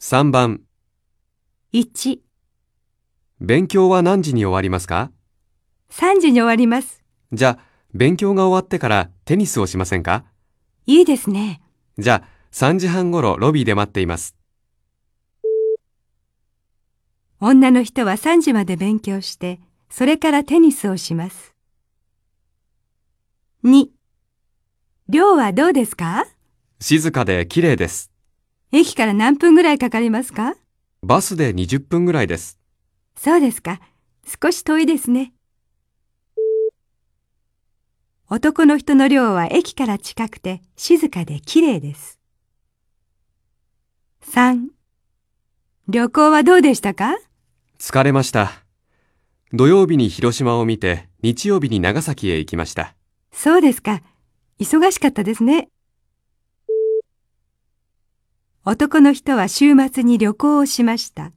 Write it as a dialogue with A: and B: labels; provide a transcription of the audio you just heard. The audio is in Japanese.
A: 3番、
B: 1、
A: 勉強は何時に終わりますか
B: 3時に終わります。
A: じゃあ、勉強が終わってからテニスをしませんか
B: いいですね。
A: じゃあ、3時半ごろロビーで待っています。
B: 女の人は3時まで勉強して、それからテニスをします。2、寮はどうですか
A: 静かで綺麗です。
B: 駅から何分ぐらいかかりますか
A: バスで20分ぐらいです。
B: そうですか。少し遠いですね。男の人の寮は駅から近くて静かで綺麗です。3. 旅行はどうでしたか
A: 疲れました。土曜日に広島を見て、日曜日に長崎へ行きました。
B: そうですか。忙しかったですね。男の人は週末に旅行をしました。